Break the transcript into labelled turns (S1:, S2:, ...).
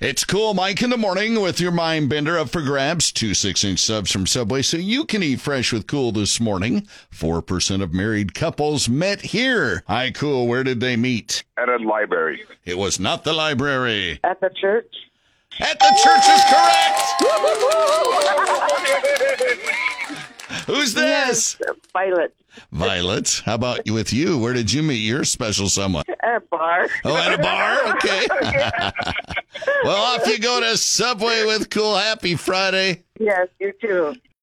S1: It's cool, Mike, in the morning with your mind bender up for grabs. Two six inch subs from Subway, so you can eat fresh with cool this morning. 4% of married couples met here. Hi, cool. Where did they meet?
S2: at a library.
S1: It was not the library.
S3: At the church?
S1: At the church is correct. Who's this?
S3: Violet.
S1: Violet. How about with you? Where did you meet your special someone?
S3: At a bar.
S1: Oh, at a bar? Okay. well, off you go to Subway with Cool Happy Friday.
S3: Yes, you too.